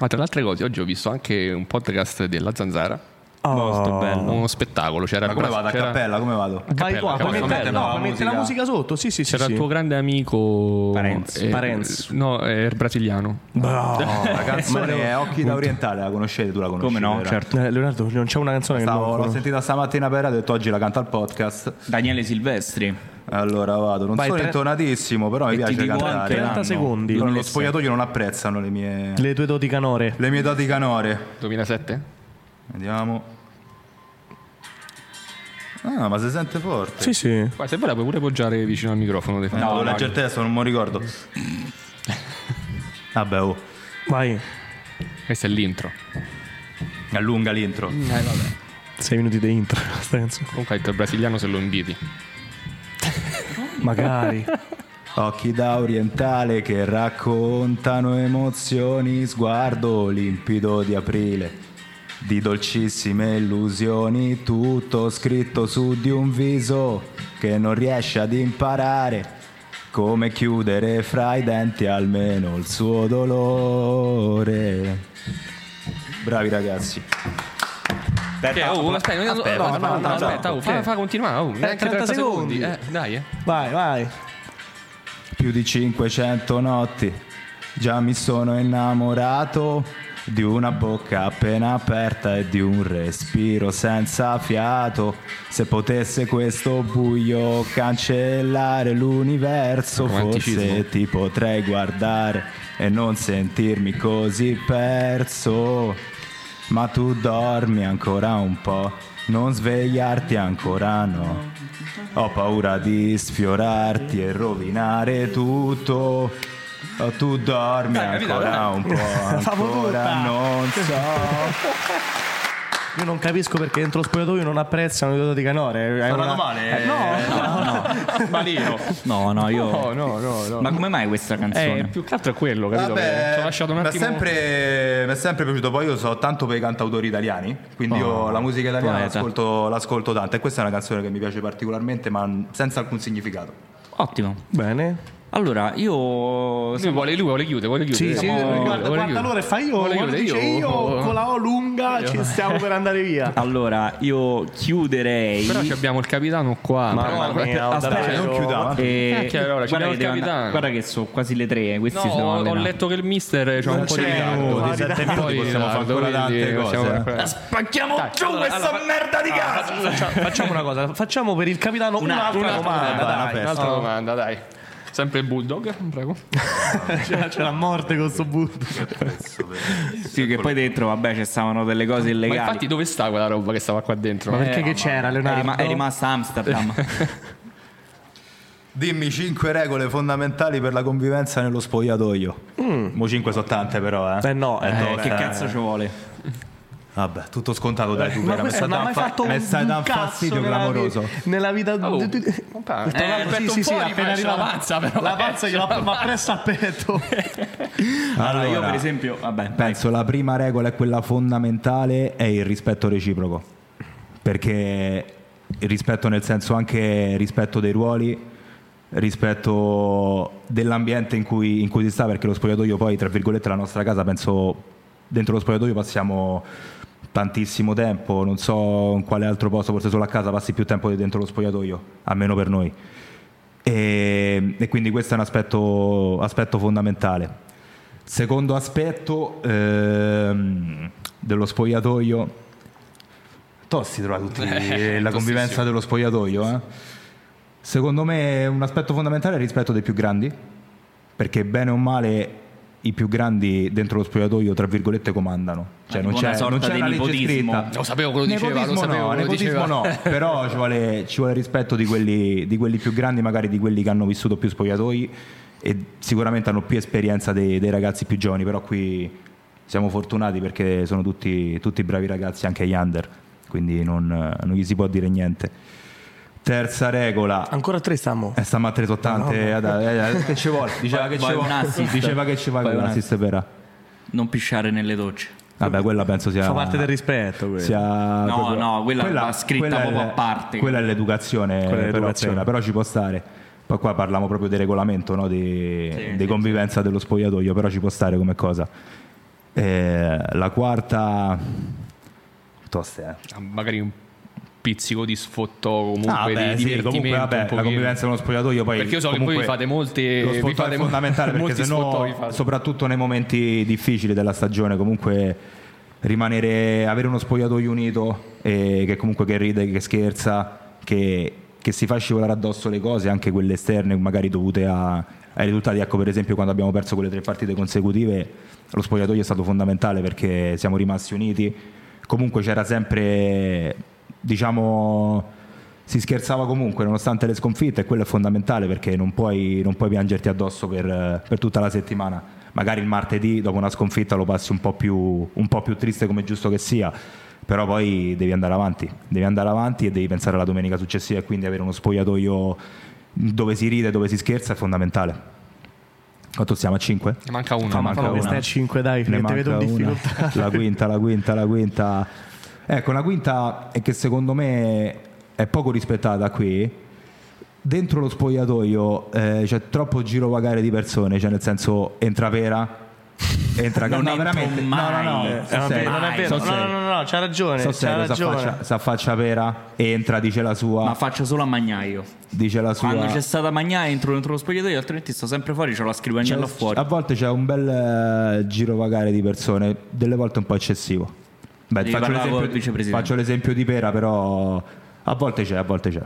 Ma tra le altre cose, oggi ho visto anche un podcast della Zanzara.
Oh,
Molto bello.
Uno spettacolo. C'era,
Ah. Ma come vado a
c'era-
cappella? Come vado?
Vai
Cappella,
qua, puoi
cappella,
mettere,
cappella,
no,
la
puoi mettere la musica
musica.
sotto. Sì, sì, sì.
c'era
sì.
il tuo grande amico eh,
Parenzi.
Parenzi.
No, è brasiliano.
Bravo.
La canzone è Occhi da Orientale, la conoscete? Tu la conosci?
Come no,
Vera?
certo.
Eh, Leonardo, non c'è una canzone che
Stavo-
non
l'ho
conosco.
sentita stamattina per radio, ho detto oggi la canta al podcast.
Daniele Silvestri.
Allora vado, non
Vai,
sono
tre-
intonatissimo, però mi
e ti
piace
dico anche
cantare.
la- 30
l'anno.
secondi.
Però lo
2007.
spogliatoio non apprezzano le mie,
Le tue doti canore.
le mie doti canore.
2007?
Vediamo. Ah, ma si sente forte.
Sì, sì.
Guarda, se vuoi la puoi pure poggiare vicino al microfono. dei
Eh,
fan.
No, devo leggere il testo, non mi ricordo. Vabbè, oh,
Vai.
Questa è l'intro.
allunga l'intro.
Sei minuti di intro. Questa canzone.
Comunque hai detto il brasiliano se lo inviti.
Magari.
Occhi da orientale che raccontano emozioni, sguardo limpido di aprile, di dolcissime illusioni, tutto scritto su di un viso che non riesce ad imparare come chiudere fra i denti almeno il suo dolore. Bravi ragazzi.
Eh, oh, aspetta, no, no,
aspetta,
no,
aspetta,
no,
aspetta,
aspetta, oh, fa,
ok.
fa continuare. Oh, neanche
30 secondi.
Eh, dai, eh.
vai, vai.
Più di 500 notti, già mi sono innamorato di una bocca appena aperta e di un respiro senza fiato. Se potesse questo buio cancellare l'universo,
Romanticismo.
forse ti potrei guardare e non sentirmi così perso. Ma tu dormi ancora un po', non svegliarti ancora no. Ho paura di sfiorarti e rovinare tutto. Oh, tu dormi ancora un po', ancora non so.
Io non capisco perché dentro lo spogliatoio non apprezzano il di Canore. È una...
male?
Eh,
Malino.
No, no, io...
Oh,
No, no, no. no.
Ma come mai questa canzone?
Eh, più che altro è quello, capito? Che
Vabbè,
Ci ho lasciato un
mi è
attimo.
sempre, mi è sempre piaciuto. Poi io so tanto per i cantautori italiani, quindi io la musica italiana
poeta.
l'ascolto, l'ascolto tanto. E questa è una canzone che mi piace particolarmente, ma senza alcun significato.
Ottimo.
Bene.
Allora, io...
Lui vuole, lui vuole chiudere, vuole chiudere.
Sì, sì,
Siamo-
guarda,
vuole
guarda
chiudere.
l'ora e fa io,
Vuole
guarda,
chiudere,
dice io,
io-
con la O lunga Ah, ci stiamo per andare via.
Allora, io chiuderei...
Però ci abbiamo il capitano qua. però-
Mamma mia,
aspetta,
davvero.
non chiudava.
E-
Cacchio, allora, ci
Ah. Eh, guarda,
abbiamo
che
il
devo
capitano.
andare- guarda che sono quasi le tre, questi
No,
sono
ho, ho
allenati.
letto che il mister c'ha un po' di eh,
c'è
ritardo.
minuti,
Un
sette
po'
minuti
di
possiamo far
ritardo,
ancora
quindi
tante
possiamo
cose,
far-
Spacchiamo giù
questa
merda di casa!
Facciamo una cosa, facciamo per il capitano un'altra, domanda.
domanda,
dai,
una
Altra
un'altra-
domanda, dai. Sempre il bulldog, prego.
C'è, c'è la morte con sto butto.
Sì, che poi dentro, vabbè, ci stavano delle cose
Ma
illegali. Eh,
infatti dove sta quella roba che stava qua dentro?
perché che c'era, Leonardo?
È, rima- è rimasta Amsterdam. Eh,
Dimmi 5 regole fondamentali per la convivenza nello spogliatoio. Mo 5 sono tante, però, eh.
Eh no, eh
Eh,
no.
dove?
che cazzo ci vuole?
Vabbè, tutto scontato dai tu.
Eh, Ma
Vera, Mi
questo
sta
non ha mai
dando
fatto
un
un,
stai dando
un
un
cazzo
fastidio
nella,
clamoroso.
vi- nella vita
Oh.
di- di- di- Tra
Compa- eh,
l'altro,
aspetta un po', gli faccio la panza, però.
La eh. panza gliela ma presso al petto.
Allora, io per esempio, vabbè,
Penso la prima regola è quella fondamentale, è il rispetto reciproco. Perché il rispetto nel senso anche rispetto dei ruoli, rispetto dell'ambiente in cui, in cui si sta, perché lo spogliatoio poi, tra virgolette, la nostra casa, penso dentro lo spogliatoio passiamo tantissimo tempo, non so in quale altro posto, forse solo a casa passi più tempo di dentro lo spogliatoio, almeno per noi. E, e quindi questo è un aspetto, aspetto fondamentale. Secondo aspetto ehm, dello spogliatoio, Tossi trova
Eh,
tutti la convivenza dello spogliatoio. eh. Secondo me un aspetto fondamentale è il rispetto dei più grandi, perché bene o male i più grandi dentro lo spogliatoio, tra virgolette, comandano. Cioè
Ma
non
Ah, tipo
c'è,
una sorta
non c'è
di
una legge
nepotismo.
scritta.
Lo sapevo che lo diceva, lo
Nepotismo
sapevo
no,
che lo diceva.
nepotismo no, però ci vuole, ci vuole rispetto di quelli, di quelli più grandi, magari di quelli che hanno vissuto più spogliatoi e sicuramente hanno più esperienza dei, dei ragazzi più giovani, però qui siamo fortunati perché sono tutti, tutti bravi ragazzi, anche gli under, quindi non, non gli si può dire niente. Terza regola,
Ancora tre stiamo.
eh, stamma a 380, eh, dai, eh, che ci vuole? Diceva
Poi-
che
poi
ci
un
vuole,
assist.
diceva che ci vuole
Poi
con
un
l'assist vera.
non pisciare nelle docce.
Vabbè, quella penso sia
Fa parte del rispetto. Certo, quello.
sia
No, no, quella va scritta
è
proprio
le-
a parte.
Quella è l'educazione,
Quella è
però,
l'educazione.
appena, però ci può stare. Poi qua parliamo proprio di regolamento, no? di, di convivenza dello spogliatoio, però ci può stare come cosa. Eh, la quarta... Tosta, eh.
Ah, Magari un pizzico di sfotto comunque
Ah, vabbè,
di
sì,
divertimento
comunque vabbè,
un
la
pochino.
convivenza nello spogliatoio poi
Perché io so che
comunque
voi fate molte-
lo
vi
sfottò
fate
è
mo-
fondamentale
molti
perché sennò
sfottoi fate.
soprattutto nei momenti difficili della stagione comunque rimanere avere uno spogliatoio unito eh, che comunque che ride, che scherza che, che si fa scivolare addosso le cose anche quelle esterne magari dovute a- ai risultati ecco per esempio quando abbiamo perso quelle tre partite consecutive lo spogliatoio è stato fondamentale perché siamo rimasti uniti comunque c'era sempre diciamo si scherzava comunque nonostante le sconfitte e quello è fondamentale perché non puoi, non puoi piangerti addosso per, per tutta la settimana. Magari il martedì dopo una sconfitta lo passi un po' più, un po' più triste come è giusto che sia, però poi devi andare avanti, devi andare avanti e devi pensare alla domenica successiva e quindi avere uno spogliatoio dove si ride, dove si scherza è fondamentale. Quanto siamo a 5?
Ne manca una.
Fa-
Fammi
manca
questa
una.
a 5, dai,
Ne
che te
manca
vedo in
una.
difficoltà.
La quinta, la quinta, la quinta. Ecco, la quinta è che secondo me è poco rispettata qui. Dentro lo spogliatoio eh, c'è troppo girovagare di persone, cioè nel senso entra Vera, Entra
Non
no,
entro
veramente.
mai.
No, no, no.
Eh,
so
vabbè,
serio.
non è vero. No,
So
no,
serio.
no, no, c'ha ragione.
So
c'ha
serio,
ragione.
s'affaccia pera, entra, dice la sua,
Ma faccio solo a Magnaio.
dice la sua.
Quando c'è stata Magnaio entro dentro lo spogliatoio, altrimenti sto sempre fuori, c'ho la
C'è-
scrivaniella fuori.
Cioè, A volte c'è un bel eh, girovagare di persone, delle volte un po' eccessivo. Beh,
Devi
faccio
parlare col
l'esempio, di,
vicepresidente.
faccio l'esempio di Pera, però a volte c'è, a volte c'è.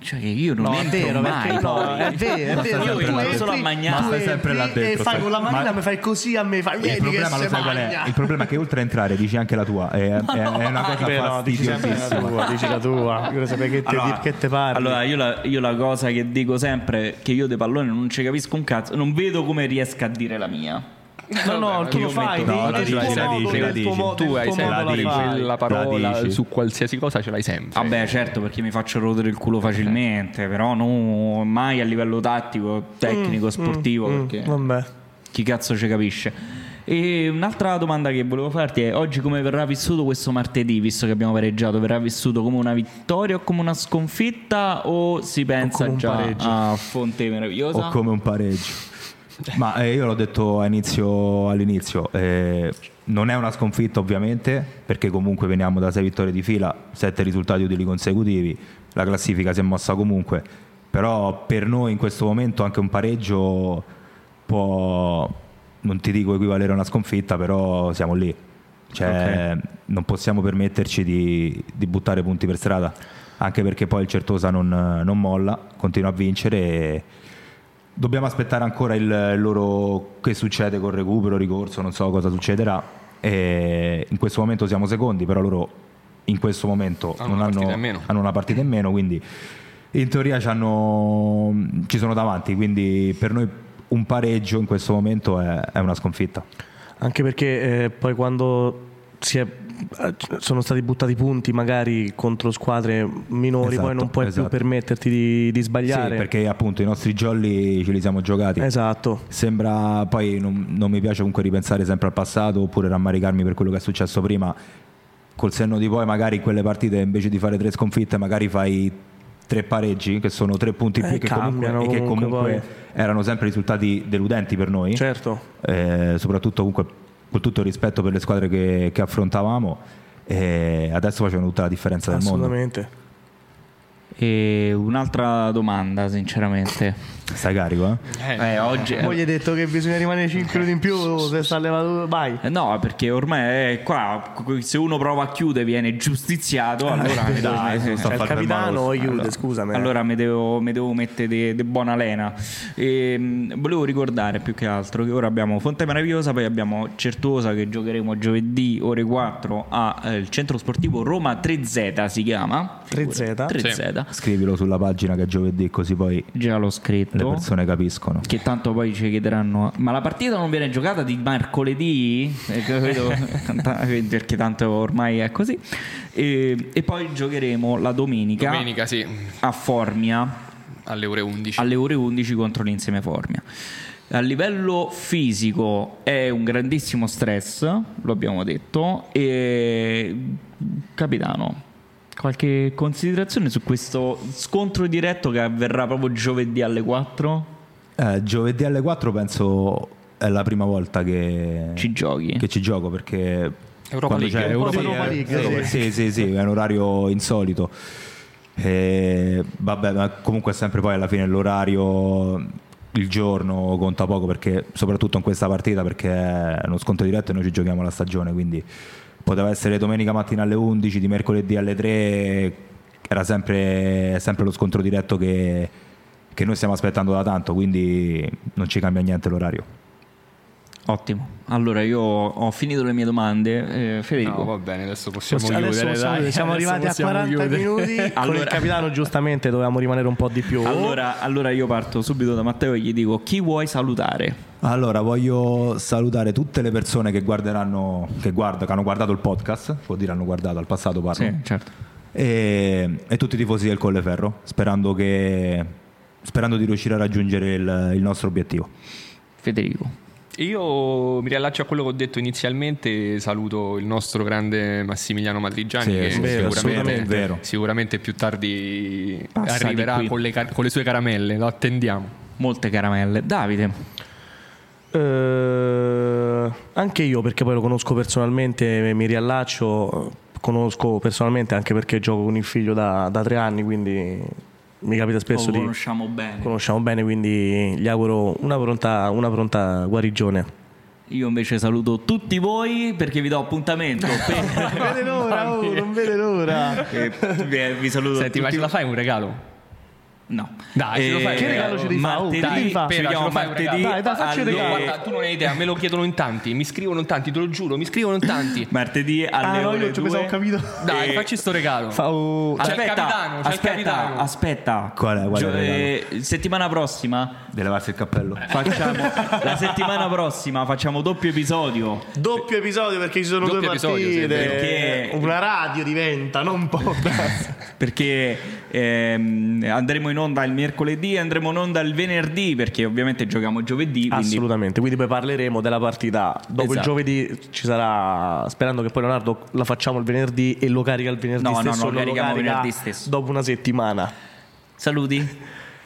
Cioè, io non
No, è
entro
vero,
mai.
perché no,
poi.
è vero, è vero.
sempre
tu
là
entri,
dentro.
Solo a Magnà.
tu
Ma stai
entri
sempre là dentro,
E fai
stai-
con la manina,
ma-
mi fai così a me, fai
Il
vieni che
problema, lo
se
sai qual è?
magna.
Il problema è che oltre a entrare dici anche la tua, è, è- è una cosa
Beh, no, dici sempre la
fastidiosissima.
tua, dici la tua. Io voglio sapere che te, di che te parli.
Allora, io la, io la cosa che dico sempre è che io dei palloni non ci capisco un cazzo, non vedo come riesca a dire la mia.
no, no,
Vabbè,
tu lo
io
fai,
metto- no,
no,
la
del
dici,
tuo
la
modo,
dici, la
del tuo
dici.
modo,
Tu
del
hai
tuo
sempre
la
modo
dici.
fai.
La
quella parola
dici.
su qualsiasi cosa ce l'hai sempre.
Vabbè, certo, perché mi faccio rodere il culo facilmente, però no, mai a livello tattico, tecnico, sportivo, perché
Mm, Vabbè.
chi cazzo ci capisce. E un'altra domanda che volevo farti è oggi come verrà vissuto questo martedì, visto che abbiamo pareggiato, verrà vissuto come una vittoria o come una sconfitta o si pensa
come un
già
pareggio.
a Fonte Meravigliosa?
o come un pareggio. Ma eh, io l'ho detto a inizio- all'inizio, eh, non è una sconfitta ovviamente, perché comunque veniamo da sei vittorie di fila, sette risultati utili consecutivi, la classifica si è mossa comunque, però per noi in questo momento anche un pareggio può, non ti dico equivalere a una sconfitta, però siamo lì. Cioè, non possiamo permetterci di, di buttare punti per strada, anche perché poi il Certosa non, non molla, continua a vincere e dobbiamo aspettare ancora il loro che succede col recupero, ricorso, non so cosa succederà. E in questo momento siamo secondi, però loro in questo momento
Hanno
non
una
hanno,
partita in meno.
hanno una partita in meno, quindi in teoria ci hanno- ci sono davanti, quindi per noi un pareggio in questo momento è, è una sconfitta.
Anche perché eh, poi quando si è- eh, sono stati buttati punti magari contro squadre minori,
Esatto,
poi non puoi
esatto.
più permetterti di, di sbagliare.
Sì, perché appunto i nostri jolly ce li siamo giocati.
Esatto.
Sembra, poi non, non mi piace comunque ripensare sempre al passato oppure rammaricarmi per quello che è successo prima. Col senno di poi, magari in quelle partite invece di fare tre sconfitte, magari fai tre pareggi, che sono tre punti in
Eh,
più, che comunque,
cambiano
e che
comunque
comunque erano sempre risultati deludenti per noi.
Certo.
Eh, soprattutto comunque con tutto il rispetto per le squadre che, che affrontavamo. E adesso facevano tutta la differenza del mondo.
Assolutamente.
E un'altra domanda, sinceramente.
Stai carico, eh?
Eh, oggi
Poi gli hai detto che bisogna rimanere 5 minuti in più se sta levato. Vai.
Eh, No, perché ormai è qua qu- se uno prova a chiudere viene giustiziato, allora mi
dai,
devo-
sto
Cioè, il
fatto
capitano o
male.
Jude, scusami. eh.
allora mi devo, mi devo mettere de, de buona lena. Ehm, volevo ricordare più che altro che ora abbiamo Fonte Meravigliosa, poi abbiamo Certosa che giocheremo giovedì ore 4 al centro sportivo Roma 3Z si chiama.
3Z?
3Z.
Scrivilo sulla pagina che è giovedì, così poi
Già l'ho scritto.
le persone capiscono.
Che tanto poi ci chiederanno: ma la partita non viene giocata di mercoledì? Eh, credo- Perché tanto ormai è così. E, e poi giocheremo la domenica,
Domenica sì,
a Formia
alle ore 11.
alle ore 11 contro l'insieme Formia. A livello fisico è un grandissimo stress, lo abbiamo detto. E capitano, qualche considerazione su questo scontro diretto che avverrà proprio giovedì alle 4?
Eh, giovedì alle 4 penso è la prima volta che
Ci giochi?
che ci gioco perché
Europa
quando
League, un
c'è
po'
Europa
di Europa
League,
League,
eh, sì. sì, sì, sì, è un orario insolito. E, vabbè, ma comunque sempre poi alla fine l'orario, il giorno conta poco perché soprattutto in questa partita perché è uno scontro diretto e noi ci giochiamo la stagione, quindi poteva essere domenica mattina alle 11, di mercoledì alle 3, era sempre, è sempre lo scontro diretto che, che noi stiamo aspettando da tanto, quindi non ci cambia niente l'orario.
Ottimo. Allora io ho finito le mie domande. Eh, Federico,
No, va bene, adesso possiamo
Adesso
chiudere.
possiamo
dai.
chiudere. siamo
Adesso
arrivati a
possiamo
40
chiudere.
minuti. Con il
Allora-
capitano, giustamente, dovevamo rimanere un po' di più.
allora, allora io parto subito da Matteo e gli dico chi vuoi salutare?
Allora, voglio salutare tutte le persone che guarderanno, che, guarda- che hanno guardato il podcast, vuol dire hanno guardato al passato parlo,
certo.
e, e tutti i tifosi del Colleferro, sperando, che, sperando di riuscire a raggiungere il, il nostro obiettivo.
Federico.
Io mi riallaccio a quello che ho detto inizialmente, saluto il nostro grande Massimiliano Madrigiani
Sì,
che
sì, vero,
sicuramente,
assolutamente vero.
sicuramente più tardi
Passa di
arriverà
qui.
con le, car- con le sue caramelle, lo attendiamo.
Molte caramelle. Davide.
Eh, anche io, perché poi lo conosco personalmente, mi riallaccio, conosco personalmente anche perché gioco con il figlio da, da tre anni, quindi mi capita spesso
Oh, Lo
di...
conosciamo bene.
Conosciamo bene, quindi gli auguro una pronta, una pronta guarigione.
Io invece saluto tutti voi perché vi do appuntamento. Per...
vede l'ora, oh, non vede l'ora.
Eh, vi, vi saluto
Senti, ma
tutti.
ce la fai un regalo?
No.
Dai, ce lo fai,
Eh,
che regalo ci devi
fare? Oh,
martedì,
dai,
ci
spera,
ce lo
vediamo
fai un
martedì.
regalo.
Dai, dai, facci il
alle-
No, guarda, tu non hai idea, me lo chiedono in tanti, mi scrivono in tanti, te lo giuro, mi scrivono in tanti.
Martedì alle
Ah, no,
ore Eh,
io ci pensavo
2.
ho capito.
Dai, facci sto regalo.
Fa- oh,
C'è il capitano, c'è il
aspetta,
capitano.
aspetta.
Qual è- qual è il
eh, settimana prossima
Deve levarsi il cappello.
facciamo la settimana prossima facciamo doppio episodio.
Doppio episodio perché ci sono
Doppio
due
episodio,
partite.
sì,
perché-
Una radio diventa, non un podcast.
perché ehm, andremo in onda il mercoledì e andremo in onda il venerdì perché ovviamente giochiamo giovedì quindi
Assolutamente, quindi poi parleremo della partita. Dopo il
Esatto.
giovedì ci sarà, sperando che poi Leonardo la facciamo il venerdì e lo carica il venerdì
No, no,
stesso.
no,
non lo
carichiamo
carica
venerdì stesso.
Dopo una settimana.
saluti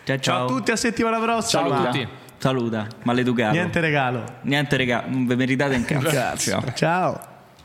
ciao,
Ciao, a tutti, a settimana prossima.
Ciao a
saluta,
tutti.
saluta maleducato
Niente regalo.
niente regà non vi meritate in cazzo
Ciao.